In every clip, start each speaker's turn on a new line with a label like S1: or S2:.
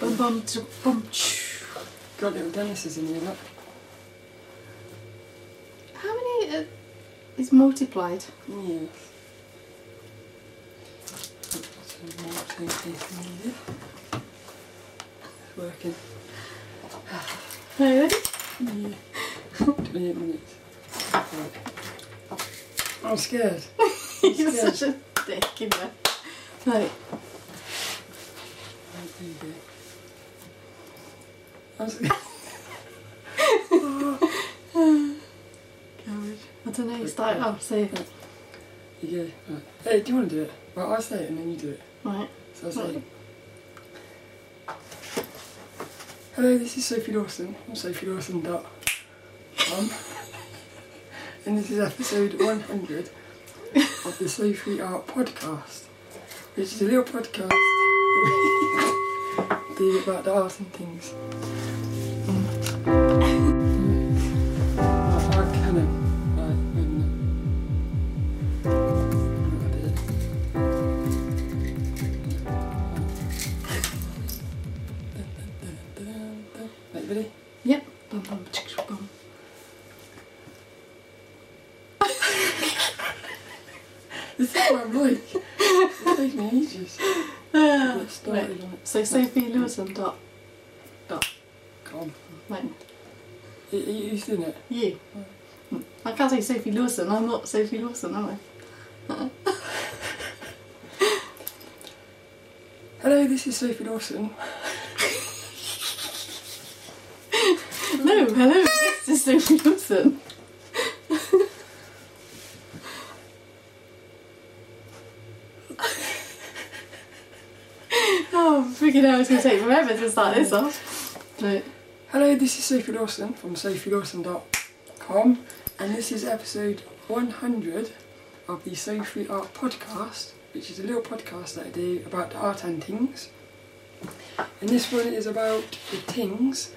S1: Bum bum tch, bum. tch.
S2: God, little Dennis is in here, look.
S1: How many uh, is multiplied?
S2: Yeah. So more tape is needed. It's working.
S1: Are you ready?
S2: Twenty-eight minutes. I'm scared.
S1: You're
S2: Yes.
S1: such a dick in there. Right.
S2: Right, there you go. I'm scared.
S1: Coward. I don't know, it's like, oh, I'll say it.
S2: You go. Right. Hey, do you want to do it? Right, I say it and then you do it.
S1: Right.
S2: So I say. Hello, this is Sophie Dawson. I'm Sophie Dawson dot com. and this is episode 100 of the Sophie Art Podcast, which is a little podcast be about the art and things. Mm. Art- art canon. Right, wait a minute. Right, I did it. Right, you ready?
S1: Yep. Bum bum tch, tch, bum.
S2: This is what I'm like. It takes me ages. Get
S1: Ah, right.
S2: started on it.
S1: So Sophie Lewison dot
S2: Come.
S1: right.
S2: You, you, you seen it?
S1: you. Mm. I can't say Sophie Lewison, I'm not Sophie Lewison, am I?
S2: Hello, this is Sophie Dawson.
S1: No, hello, this is Sophie Lawson. oh, freaking hell, it's going to take forever to start this off. Right.
S2: Hello, this is Sophie Dawson from sophiedawson.com, and this is episode 100 of the Sophie Art Podcast, which is a little podcast that I do about the art and things. And this one is about the things,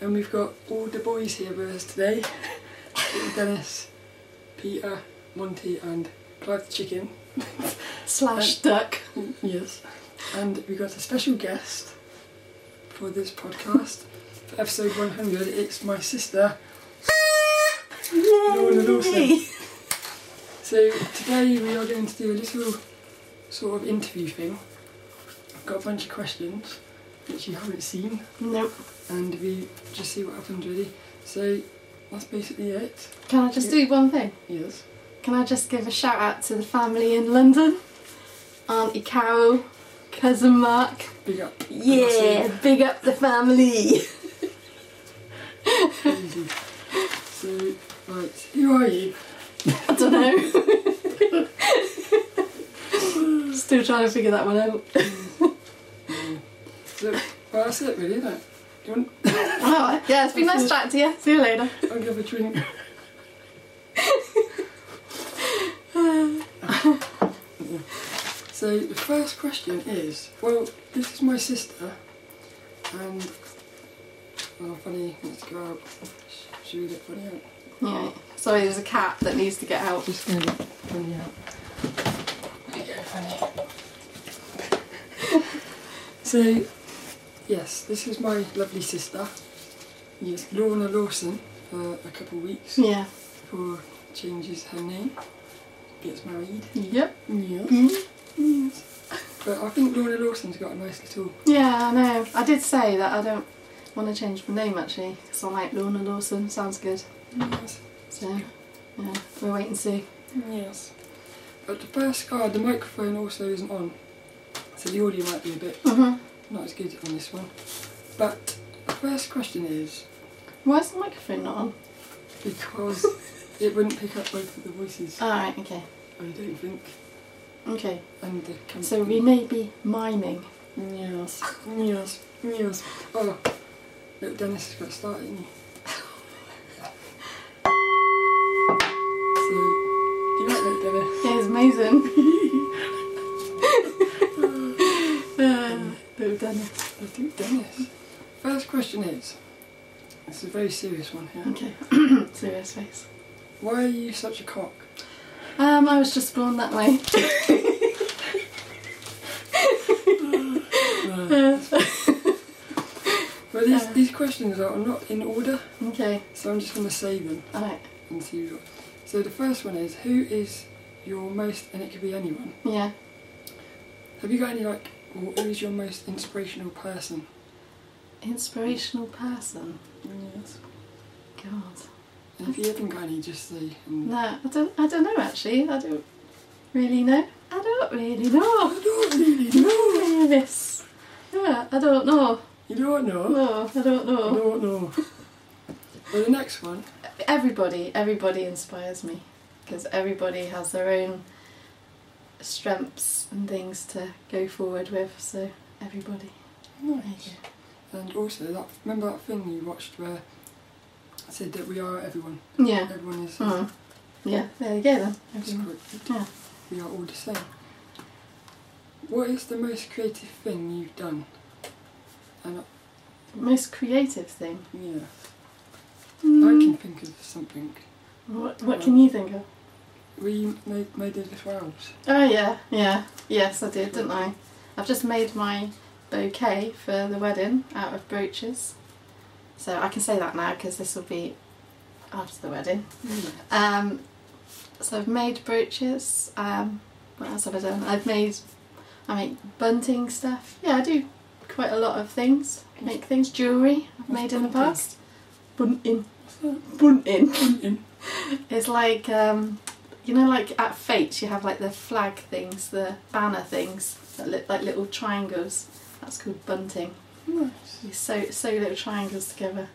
S2: and we've got all the boys here with us today Little Dennis, Peter, Monty, and Clyde the Chicken.
S1: Slash Uh, duck.
S2: Yes. And we got a special guest for this podcast. For episode 100, it's my sister. Lorna Lawson.
S1: Yay.
S2: So today we are going to do a little sort of interview thing. I've got a bunch of questions which you haven't seen,
S1: Nope.
S2: and we just see what happens really. So that's basically it.
S1: Can I just do one thing?
S2: Yes.
S1: Can I just give a shout out to the family in London? Auntie Carol, cousin Mark.
S2: Big up.
S1: Yeah, big up the family.
S2: Crazy. so, right, who are you?
S1: I don't know. Still trying to figure that one out.
S2: So, well, that's it really, isn't it? Do you want
S1: Alright, Oh, yeah, it's been nice chatting to you. See you later.
S2: I'll give a drink. so the first question is, well, this is my sister, and oh, funny, let's go out. Sh- Should we get funny out?
S1: Yeah. Sorry, there's a cat that needs to get out.
S2: Just gonna oh, get funny out. Let me get funny. so, yes, this is my lovely sister. Yes, Lorna Lawson for a couple of weeks
S1: Yeah.
S2: who changes her name, gets married.
S1: Yep.
S2: Yes. But I think Lorna Lawson's got a nice little.
S1: Yeah, I know. I did say that I don't want to change my name actually, because I like Lorna Lawson. Sounds good.
S2: Yes.
S1: So, yeah, we'll wait and see.
S2: Yes. But the first card, the microphone also isn't on, so the audio might be a bit
S1: Mm-hmm.
S2: not as good on this one. But the first question is
S1: Why's the microphone not on?
S2: because it wouldn't pick up both of the voices.
S1: Alright, okay.
S2: I don't think.
S1: Okay.
S2: And the camera.
S1: So we may be miming.
S2: Yes. Yes. Yes. Oh, look, Dennis has got started. hasn't he? so, do you like that, Dennis?
S1: Yeah, it's amazing. uh, little Dennis.
S2: I think Dennis. First question is. It's a very serious one here.
S1: Okay. Serious face.
S2: Why are you such a cock?
S1: Um, I was just born that way.
S2: Well, these,
S1: Uh.
S2: these questions are not in order,
S1: Okay,
S2: so I'm just going to say them
S1: alright.
S2: and see what. So the first one is who is your most, and it could be anyone.
S1: Yeah.
S2: Have you got any like, or who is your most inspirational person?
S1: Inspirational person.
S2: Yes.
S1: God.
S2: And if you haven't got any, just say. um, And
S1: No, I don't. I don't know actually. I don't really know. I don't really know.
S2: I don't really know.
S1: No, miss. Yeah, I don't know.
S2: You don't know.
S1: No, I don't
S2: I
S1: know.
S2: don't know. well, the next one.
S1: Everybody, everybody inspires me because everybody has their own strengths and things to go forward with. So everybody.
S2: Nice. And also that. Remember that thing you watched where I said that we are everyone.
S1: Yeah.
S2: Everyone is.
S1: Mm. Yeah. There you go then.
S2: It's
S1: Everyone.
S2: correct.
S1: Yeah.
S2: We are all the same. What is the most creative thing you've done? And uh,
S1: Most creative thing.
S2: yeah,
S1: Mm.
S2: I can think of something.
S1: What, what can you think of?
S2: We made made those little elves.
S1: Oh yeah, yeah, yes I did, didn't I? I've just made my bouquet for the wedding out of brooches, so I can say that now because this will be after the wedding. Um, so I've made brooches. Um, what else have I done? I've made, I make bunting stuff. Yeah, I do quite a lot of things. Make things, jewelry. I've made in the past. Bunting,
S2: What's that?
S1: bunting.
S2: Bunting.
S1: It's like um, you know, like at Fates, you have like the flag things, the banner things that look like little triangles. That's called bunting.
S2: Nice.
S1: You sew sew little triangles together.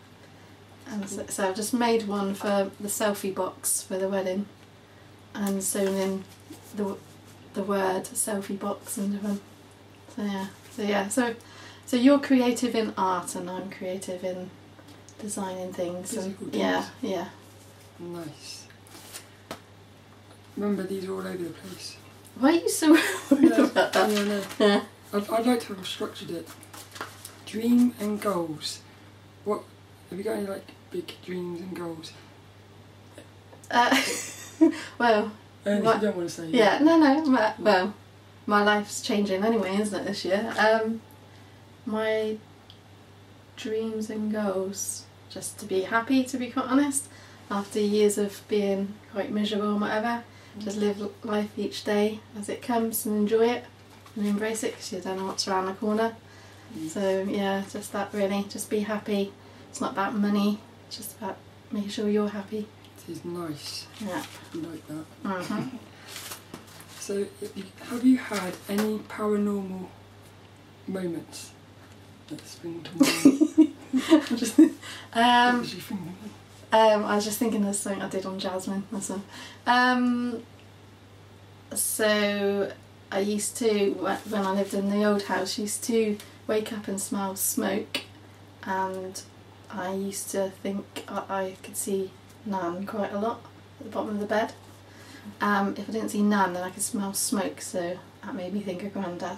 S1: And so, so I've just made one for the selfie box for the wedding, and sewn in the w- the word selfie box under them. So yeah, so yeah, so so you're creative in art, and I'm creative in designing things. And,
S2: Physical
S1: yeah,
S2: things.
S1: yeah.
S2: Nice. Remember these are all over the place.
S1: Why are you so worried about that?
S2: Yeah, no.
S1: Yeah.
S2: I'd, I'd like to have structured it. Dream and goals. What have you got any like big dreams and goals?
S1: Uh, well,
S2: Uh, if
S1: What?
S2: You don't want to say.
S1: yeah, no, no. My, well, my life's changing anyway, isn't it, this year? Um, my dreams and goals, just to be happy, to be quite honest, after years of being quite miserable and whatever, just live l- life each day as it comes and enjoy it and embrace it because you don't know what's around the corner.
S2: Mm.
S1: So, yeah, just that really. Just be happy. It's not about money, it's just about making sure you're happy.
S2: It is nice.
S1: Yeah.
S2: I like that.
S1: Mhm.
S2: So, if you- have you had any paranormal moments that spring to mind?
S1: Just- um,
S2: What was you thinking?
S1: um, I was just thinking of something I did on Jasmine. That's all. Um, so I used to, wh- when I lived in the old house, used to wake up and smell smoke, and I used to think I, I could see Nan quite a lot at the bottom of the bed. Um, if I didn't see Nan, then I could smell smoke, so that made me think of Grandad.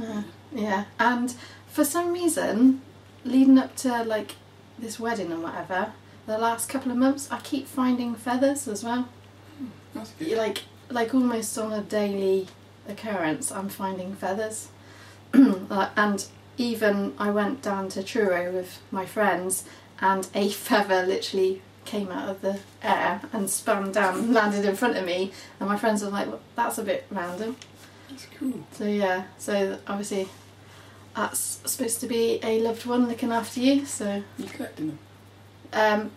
S1: Uh, yeah, and for some reason, leading up to like this wedding and whatever, the last couple of months, I keep finding feathers as well.
S2: That's good.
S1: Like, like almost on a daily occurrence, I'm finding feathers. Like, and even I went down to Truro with my friends, and a feather literally came out of the air and spun down, and landed in front of me, and my friends were like, well, "That's a bit random."
S2: That's cool.
S1: So yeah, so obviously that's supposed to be a loved one looking after you. So
S2: You collecting them?
S1: um,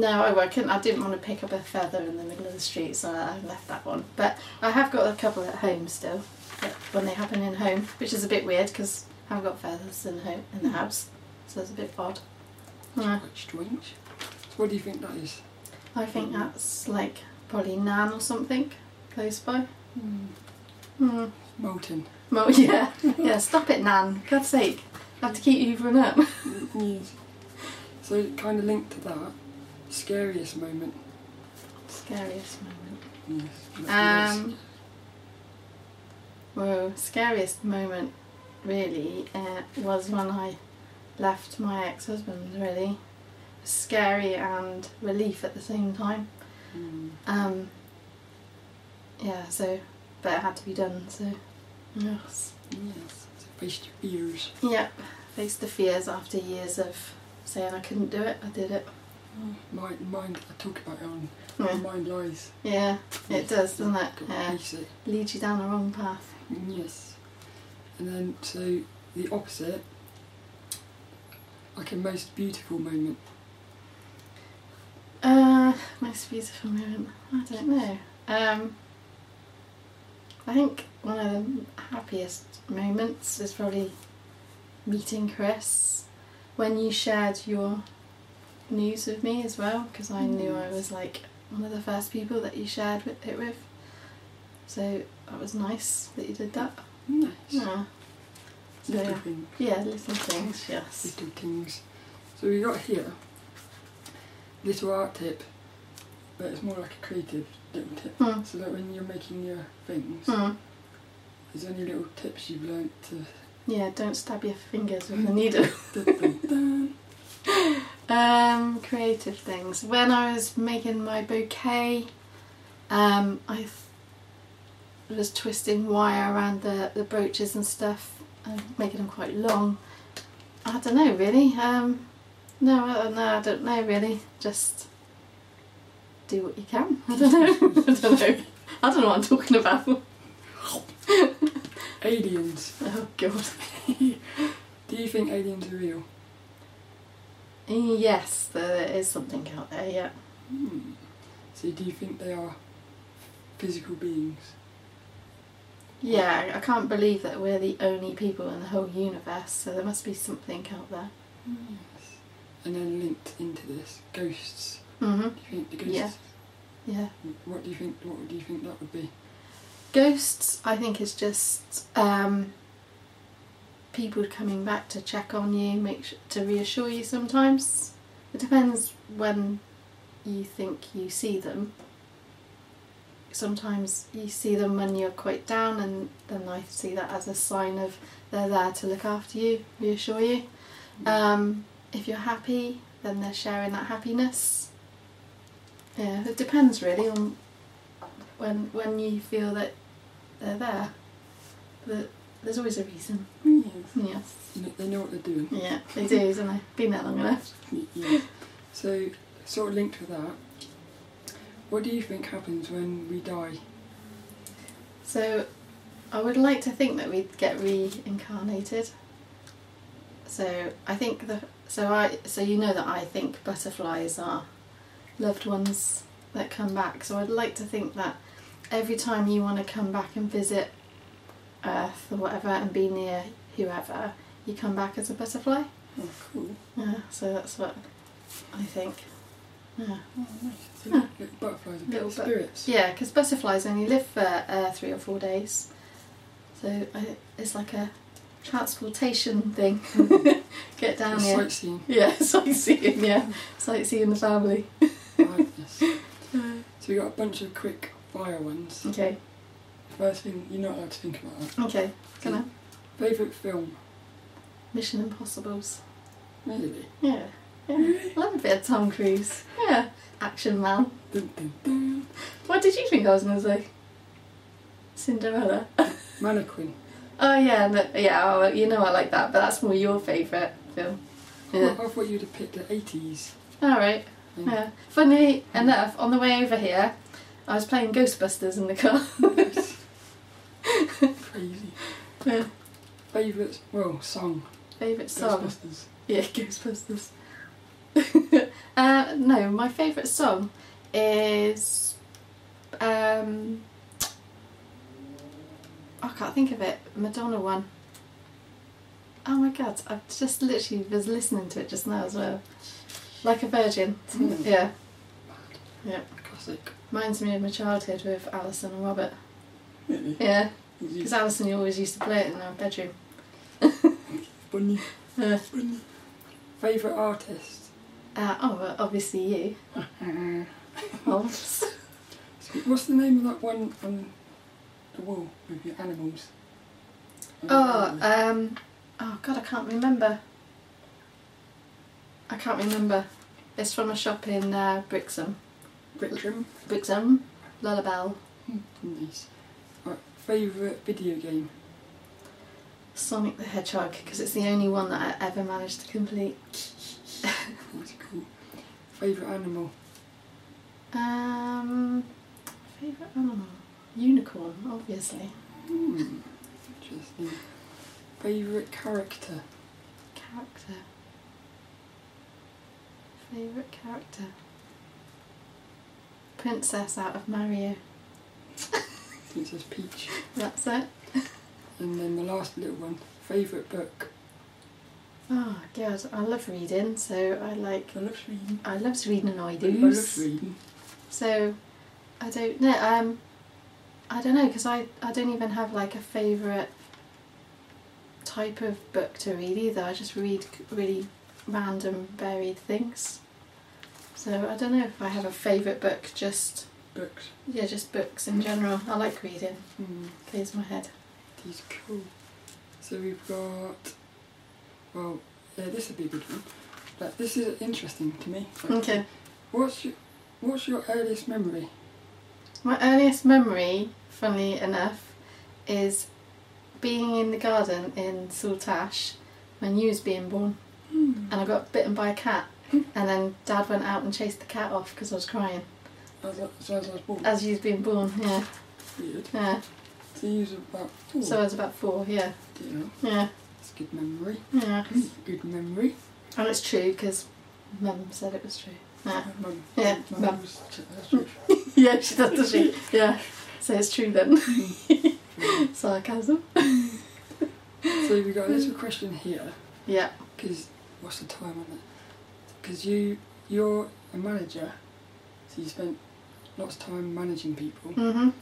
S1: no, I won't- couldn't. I didn't want to pick up a feather in the middle of the street, so I left that one. But I have got a couple at home still. But when they happen in home, which is a bit weird because I haven't got feathers in home in the house, so it's a bit odd. Yeah,
S2: Quite strange. So what do you think that is?
S1: I think that's like probably Nan or something close by. Hmm.
S2: Molten.
S1: Well, yeah, yeah. Stop it, Nan. God's sake, I have to keep you run up.
S2: yes. So, kind of linked to that, scariest moment.
S1: Scariest moment.
S2: Yes. that's
S1: Um, well, scariest moment really uh, was when I left my ex-husband. Really, scary and relief at the same time.
S2: nice. Mm.
S1: Um, yeah, so, but it had to be done, so. Yes.
S2: Yes. So face your fears.
S1: Yep, faced the fears after years of saying I couldn't do it, I did it.
S2: Mind, mind, I talk about it on
S1: Yeah,
S2: Mind Lies.
S1: yeah it does, doesn't it?
S2: Gotta
S1: Yeah.
S2: face it.
S1: Leads you down the wrong path.
S2: Yes. And then, so the opposite, like a most beautiful moment.
S1: Uh, most beautiful moment. I don't know. Um, I think one of the happiest moments is probably meeting Chris when you shared your news with me as well, because I knew I was like one of the first people that you shared with, it with. So that was nice that you did that.
S2: Nice.
S1: Yeah. So,
S2: Little
S1: yeah.
S2: thing.
S1: Yeah, little things, yes.
S2: little things. So we got here, little art tip, but it's more like a creative little tip.
S1: Hmm.
S2: So that when you're making your things,
S1: Hmm.
S2: there's only little tips you've learnt to.
S1: Yeah, don't stab your fingers with the needle.
S2: Dun, dun, dun.
S1: Um, creative things. When I was making my bouquet, um, I th- was twisting wire around the, the brooches and stuff, and making them quite long. I don't know really. Um, no, I don't know. I don't know really. Just do what you can. I don't know. I don't know. I don't know what I'm talking about.
S2: aliens.
S1: Oh god.
S2: Do you think aliens are real?
S1: Yes, there is something out there. Yeah.
S2: Hmm. So do you think they are physical beings?
S1: Yeah, I can't believe that we're the only people in the whole universe, so there must be something out there. Hmm.
S2: Yes. And then linked into this, ghosts.
S1: hmm
S2: Do you think the ghosts?
S1: Yeah. Yeah.
S2: What do you think? What do you think that would be?
S1: Ghosts, I think, is just um, people coming back to check on you, make su to reassure you sometimes. It depends when you think you see them. Sometimes you see them when you're quite down, and then I see that as a sign of they're there to look after you, reassure you. Um, if you're happy, then they're sharing that happiness. Yeah, it depends really on when when you feel that they're there. That there's always a reason.
S2: Yes.
S1: Yes.
S2: You know, Hmm. They know what they're doing.
S1: Yeah, they do, don't they? Been there long enough.
S2: Yeah. Mm-hmm. So, sort of linked with that, what do you think happens when we die?
S1: So, I would like to think that we'd get reincarnated. So I think the so I so you know that I think butterflies are loved ones that come back. So I'd like to think that every time you want to come back and visit Earth or whatever and be near whoever, you come back as a butterfly.
S2: Oh, cool.
S1: Yeah. So that's what I think. Yeah.
S2: Oh, nice. So,
S1: Huh.
S2: little butterflies and
S1: Little
S2: little
S1: bu-
S2: spirits.
S1: Yeah, because butterflies only live for uh, three or four days, so I, it's like a transportation thing. Mm-hmm. Get down
S2: It's
S1: here.
S2: sightseeing.
S1: yeah, sightseeing. Yeah, sightseeing the family.
S2: Madness. So, we got a bunch of quick fire ones.
S1: Okay.
S2: First thing, you're not allowed to think about that.
S1: Okay. Can I?
S2: Favourite film?
S1: Mission Impossible's.
S2: Really?
S1: Yeah. Yeah. Love a bit of Tom Cruise. Yeah. Action Man.
S2: Dun, dun, dun.
S1: What did you think I was gonna say? Cinderella.
S2: Mannequin.
S1: Oh yeah, no, yeah. Oh, you know I like that, but that's more your favourite film. Yeah.
S2: Well, I thought you'd have picked the 80s.
S1: All right.
S2: Mm.
S1: Yeah. Funny enough, on the way over here, I was playing Ghostbusters in the car.
S2: Crazy.
S1: Yeah.
S2: Favourite, well, song.
S1: Favourite song?
S2: Ghostbusters.
S1: Yeah, Ghostbusters. uh, no, my favourite song is. Um, I can't think of it. Madonna one. Oh my god, I just literally was listening to it just now as well. Like a Virgin.
S2: Mm.
S1: Yeah.
S2: Classic.
S1: Reminds me of my childhood with Alison and Robert.
S2: Really?
S1: Yeah.
S2: Is
S1: Because
S2: it
S1: Alison always used to play it in our bedroom.
S2: funny?
S1: Uh,
S2: Favourite artist?
S1: uh, oh, well, obviously you. Holmes.
S2: So What's the name of that one on the wall with your animals?
S1: oh, um, oh God, I can't remember. I can't remember. It's from a shop in uh, Brixham.
S2: Brixham.
S1: Brixham, Lullabelle.
S2: Nice. Right, favourite video game?
S1: Sonic the Hedgehog because it's the only one that I ever managed to complete.
S2: That's cool. Favourite animal?
S1: Um, favorite animal? Unicorn, obviously.
S2: Hmm. Interesting. Favourite character?
S1: Character. Favorite character. Princess out of Mario.
S2: It says Peach.
S1: That's it.
S2: And then the last little one. Favourite book?
S1: Oh god, I love reading, so I like
S2: I love reading.
S1: I loves reading I
S2: I love
S1: do.
S2: reading.
S1: So I don't know. Um, I don't know because I I don't even have like a favorite type of book to read either. I just read c- really random, varied things. So I don't know if I have a favorite book. Just
S2: Books.
S1: yeah, just books in general. I like reading.
S2: Hmm.
S1: Clears my head.
S2: These cool. So we've got. Well, yeah, this would be a good one. Like, this is interesting to me. Like,
S1: Okay.
S2: What's your What's your earliest memory?
S1: My earliest memory, funnily enough, is being in the garden in Saltash when you was being born,
S2: Hmm.
S1: and I got bitten by a cat, and then Dad went out and chased the cat off because I was crying
S2: As I, so as I was born.
S1: as you was being born. Yeah,
S2: Weird.
S1: yeah.
S2: So you was about four.
S1: So I was about four. Yeah,
S2: Yeah.
S1: yeah,
S2: It's a good memory.
S1: yeah.
S2: Good memory.
S1: And it's true because Mum said it was true. Yeah,
S2: Mum.
S1: Yeah,
S2: Mum
S1: mum.
S2: was- that's true.
S1: yeah. She does, does she? Yeah. So it's true then. Sarcasm.
S2: so we got a little question here
S1: Yeah.
S2: because what's the time on it? Because you you're a manager, so you spent lots of time managing people.
S1: Mhm.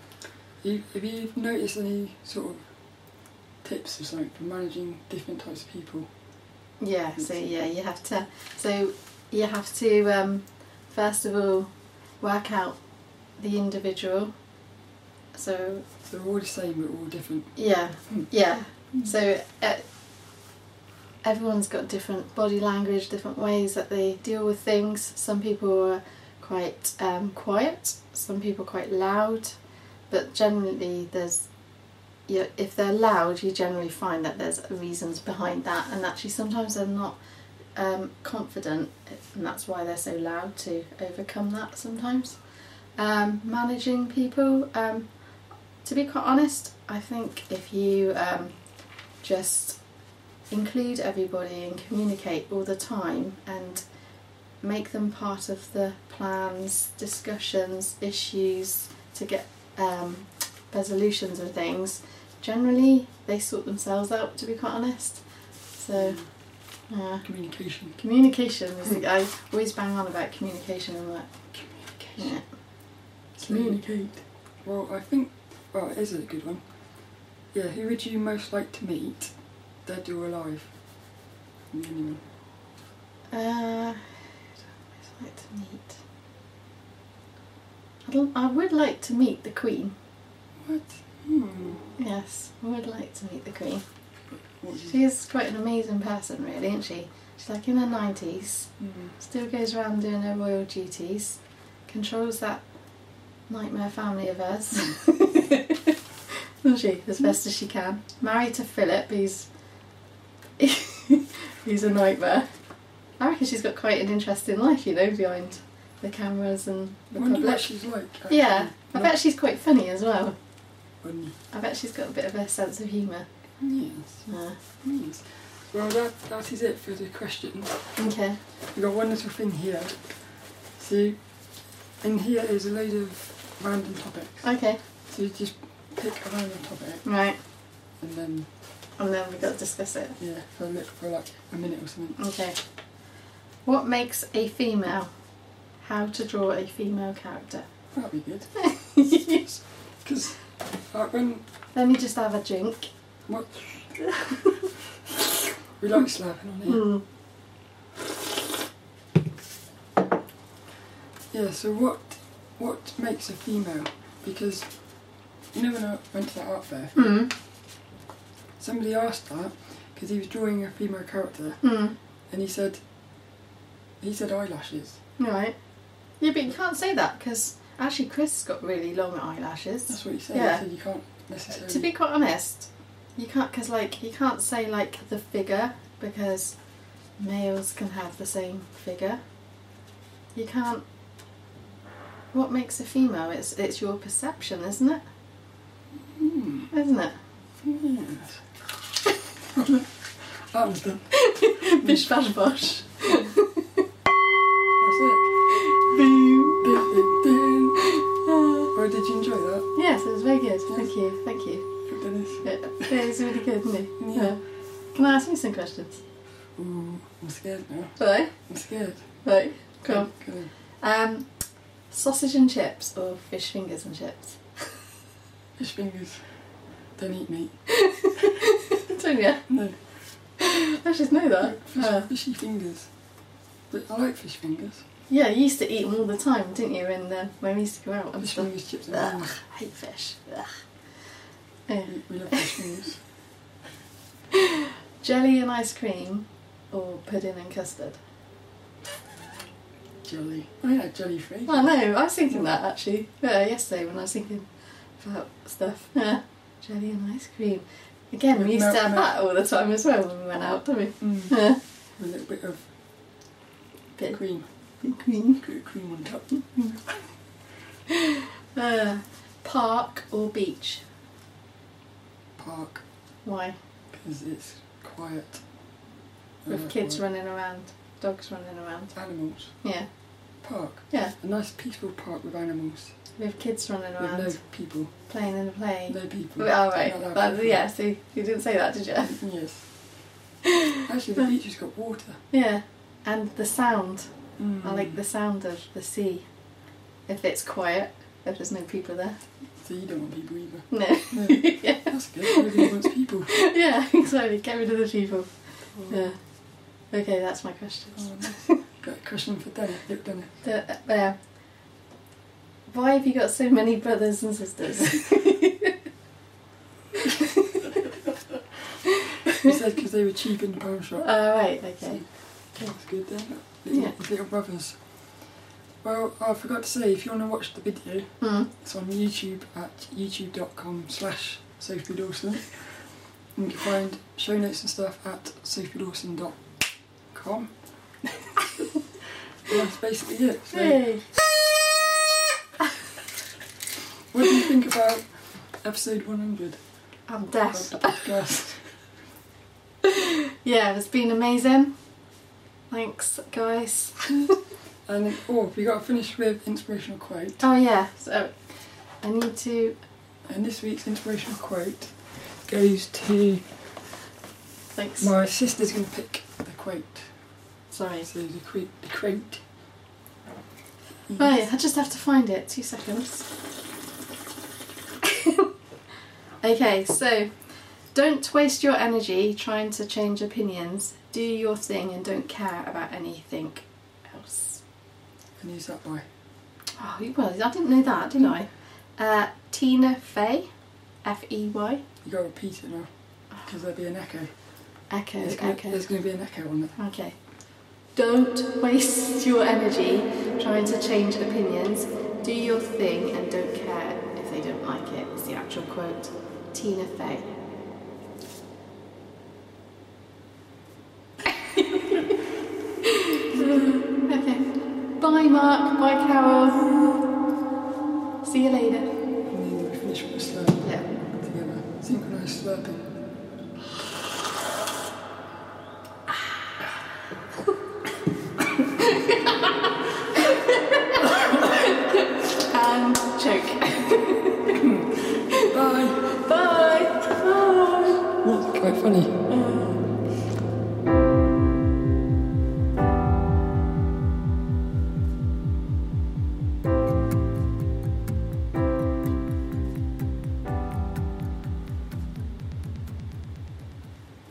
S2: You, have you noticed any sort of tips or something for managing different types of people?
S1: Yeah, so yeah, you have to. So you have to um, first of all work out the individual. So
S2: So we're all the same, we're all different.
S1: yeah,
S2: Hmm.
S1: yeah. So uh, everyone's got different body language, different ways that they deal with things. Some people are quite um, quiet. Some people quite loud. But generally, there's you if they're loud, you generally find that there's reasons behind that, and actually sometimes they're not um, confident, and that's why they're so loud to overcome that sometimes. Um, managing people, um, to be quite honest, I think if you um, just include everybody and communicate all the time and make them part of the plans, discussions, issues to get um, resolutions of things, generally they sort themselves out, to be quite honest. So, yeah.
S2: Communication.
S1: Communication is the, I always bang on about communication and work.
S2: Communication.
S1: Yeah.
S2: Communicate. Well, I think, well, it is a good one. Yeah, who would you most like to meet, dead or alive? Anyone.
S1: Uh, I'd like to meet. I, don't, I would like to meet the Queen.
S2: What? Hmm.
S1: Yes, I would like to meet the Queen.
S2: What do you-
S1: She is quite an amazing person, really, isn't she? She's like in her 90s,
S2: Hmm.
S1: still goes around doing her royal duties, controls that nightmare family of hers. Doesn't she? As best as she can. Married to Philip, who's who's a nightmare. I reckon she's got quite an interesting life, you know, behind the cameras and
S2: I
S1: the
S2: wonder what
S1: public.
S2: she's like. actually.
S1: Yeah, I
S2: Not
S1: bet she's quite funny as well.
S2: funny.
S1: I bet she's got a bit of a sense of humour.
S2: Yes.
S1: Yeah.
S2: Yes. Well, that, that is it for the questions.
S1: Okay.
S2: We've got one little thing here. So, in here is a load of random topics.
S1: Okay.
S2: So you just pick a random topic
S1: Right.
S2: and then,
S1: And then we've got to discuss it.
S2: yeah, for, li- for like a minute or something.
S1: Okay. What makes a female? How to draw a female character.
S2: That'd be good. Because, like, when.
S1: Let me just have a drink.
S2: What? we like slapping on here.
S1: Mm.
S2: Yeah, so what what makes a female? Because, you know, when I went to that art fair,
S1: Mm.
S2: somebody asked that because he was drawing a female character
S1: Mm.
S2: and he said, he said eyelashes.
S1: Right. Yeah, but you can't say that because Actually, Chris got really long eyelashes.
S2: That's what you said. You
S1: Yeah.
S2: said you can't necessarily.
S1: To be quite honest, you can't because like you can't say like the figure because males can have the same figure. You can't. What makes a female? It's it's your perception, isn't it?
S2: Hmm.
S1: Isn't it?
S2: Yes. that was done.
S1: Bish bash bosh.
S2: That's it.
S1: Boom.
S2: Dun, dun, dun. Well, did you enjoy that?
S1: Yes, it was very good. Thank you. Thank you.
S2: Dennis?
S1: Yeah, it was really good, wasn't it?
S2: Yeah.
S1: Can I ask you some questions?
S2: Ooh, I'm scared now.
S1: Right.
S2: I'm scared.
S1: Right. Cool.
S2: Go on.
S1: Um, sausage and chips or fish fingers and chips?
S2: Fish fingers. Don't eat meat.
S1: Don't you?
S2: No.
S1: I should know that.
S2: Fish,
S1: Uh,
S2: fishy fingers. But I like fish fingers.
S1: yeah, you used to eat them all the time, didn't you? And uh, when we used to go out and
S2: Fish
S1: stuff.
S2: fingers chips.
S1: Ugh,
S2: and fries.
S1: I hate fish. Ugh. Yeah.
S2: We- We love fish fingers.
S1: Jelly and ice cream, or pudding and custard?
S2: Jelly. I had jelly free.
S1: I know. I was thinking that actually uh, yesterday when I was thinking about stuff. Yeah. Jelly and ice cream. Again, we used to have that all the time as well when we went out, didn't we?
S2: Mm.
S1: Yeah.
S2: With a little bit of
S1: Bit
S2: cream.
S1: of cream.
S2: Bit of cream on top.
S1: Uh, park or beach?
S2: Park.
S1: Why?
S2: Because it's quiet.
S1: With
S2: Uh,
S1: kids
S2: quiet.
S1: running around, dogs running around.
S2: Animals.
S1: Yeah,
S2: Park.
S1: yeah.
S2: A nice peaceful park with animals.
S1: With kids running
S2: With
S1: around,
S2: no people.
S1: playing in the play.
S2: No people.
S1: Well, all right.
S2: Not allowed
S1: That,
S2: people.
S1: yeah. See, you didn't say that, did you?
S2: Yes. Actually, the beach has got water.
S1: Yeah. And the sound. Mm. I
S2: Mm.
S1: like the sound of the sea. If it's quiet, if there's no people there.
S2: So you don't want people either.
S1: No.
S2: No.
S1: yeah.
S2: That's good. Nobody wants people.
S1: yeah. Exactly. Get rid of the people.
S2: Oh,
S1: Yeah. Okay, that's my questions.
S2: oh, nice. Got a question for Dennis. Look, Dennis.
S1: The- uh, why have you got so many brothers and sisters?
S2: He said because they were cheap in the pound shop.
S1: oh, right. Okay.
S2: That's good then. Little,
S1: Yeah.
S2: little brothers. Well, I forgot to say, if you want to watch the video,
S1: Hmm.
S2: It's on YouTube at youtube.com slash Sophie Dawson. And you can find show notes and stuff at sophiedawson.com. well, that's basically it. So,
S1: Hey.
S2: What do you think about episode 100
S1: I'm
S2: of
S1: deaf.
S2: the podcast?
S1: Yeah, it's been amazing. Thanks, guys.
S2: And, oh, we got to finish with inspirational quote.
S1: Oh yeah, so I need to
S2: And this week's inspirational quote goes to
S1: thanks.
S2: my sister's going to pick the quote.
S1: Sorry.
S2: So the quote. The quote.
S1: Right, I just have to find it. Two seconds. okay, so don't waste your energy trying to change opinions. Do your thing and don't care about anything else.
S2: And who's that by?
S1: Oh, well, I didn't know that, did I? Uh, Tina Fey, F E Y.
S2: You gotta repeat it now, because there'll be an echo.
S1: Echo,
S2: There's gonna,
S1: echo.
S2: there's gonna be an echo on it.
S1: Okay. Don't waste your energy trying to change opinions. Do your thing and don't care if they don't like it. Is the actual quote. Tina Fey. okay. Bye, Mark. Bye, Carol. See you later.
S2: And then we finish with a slurp
S1: Yeah.
S2: together. Synchronized slurping.
S1: And choke.
S2: Bye!
S1: Bye. Bye.
S2: That's quite funny.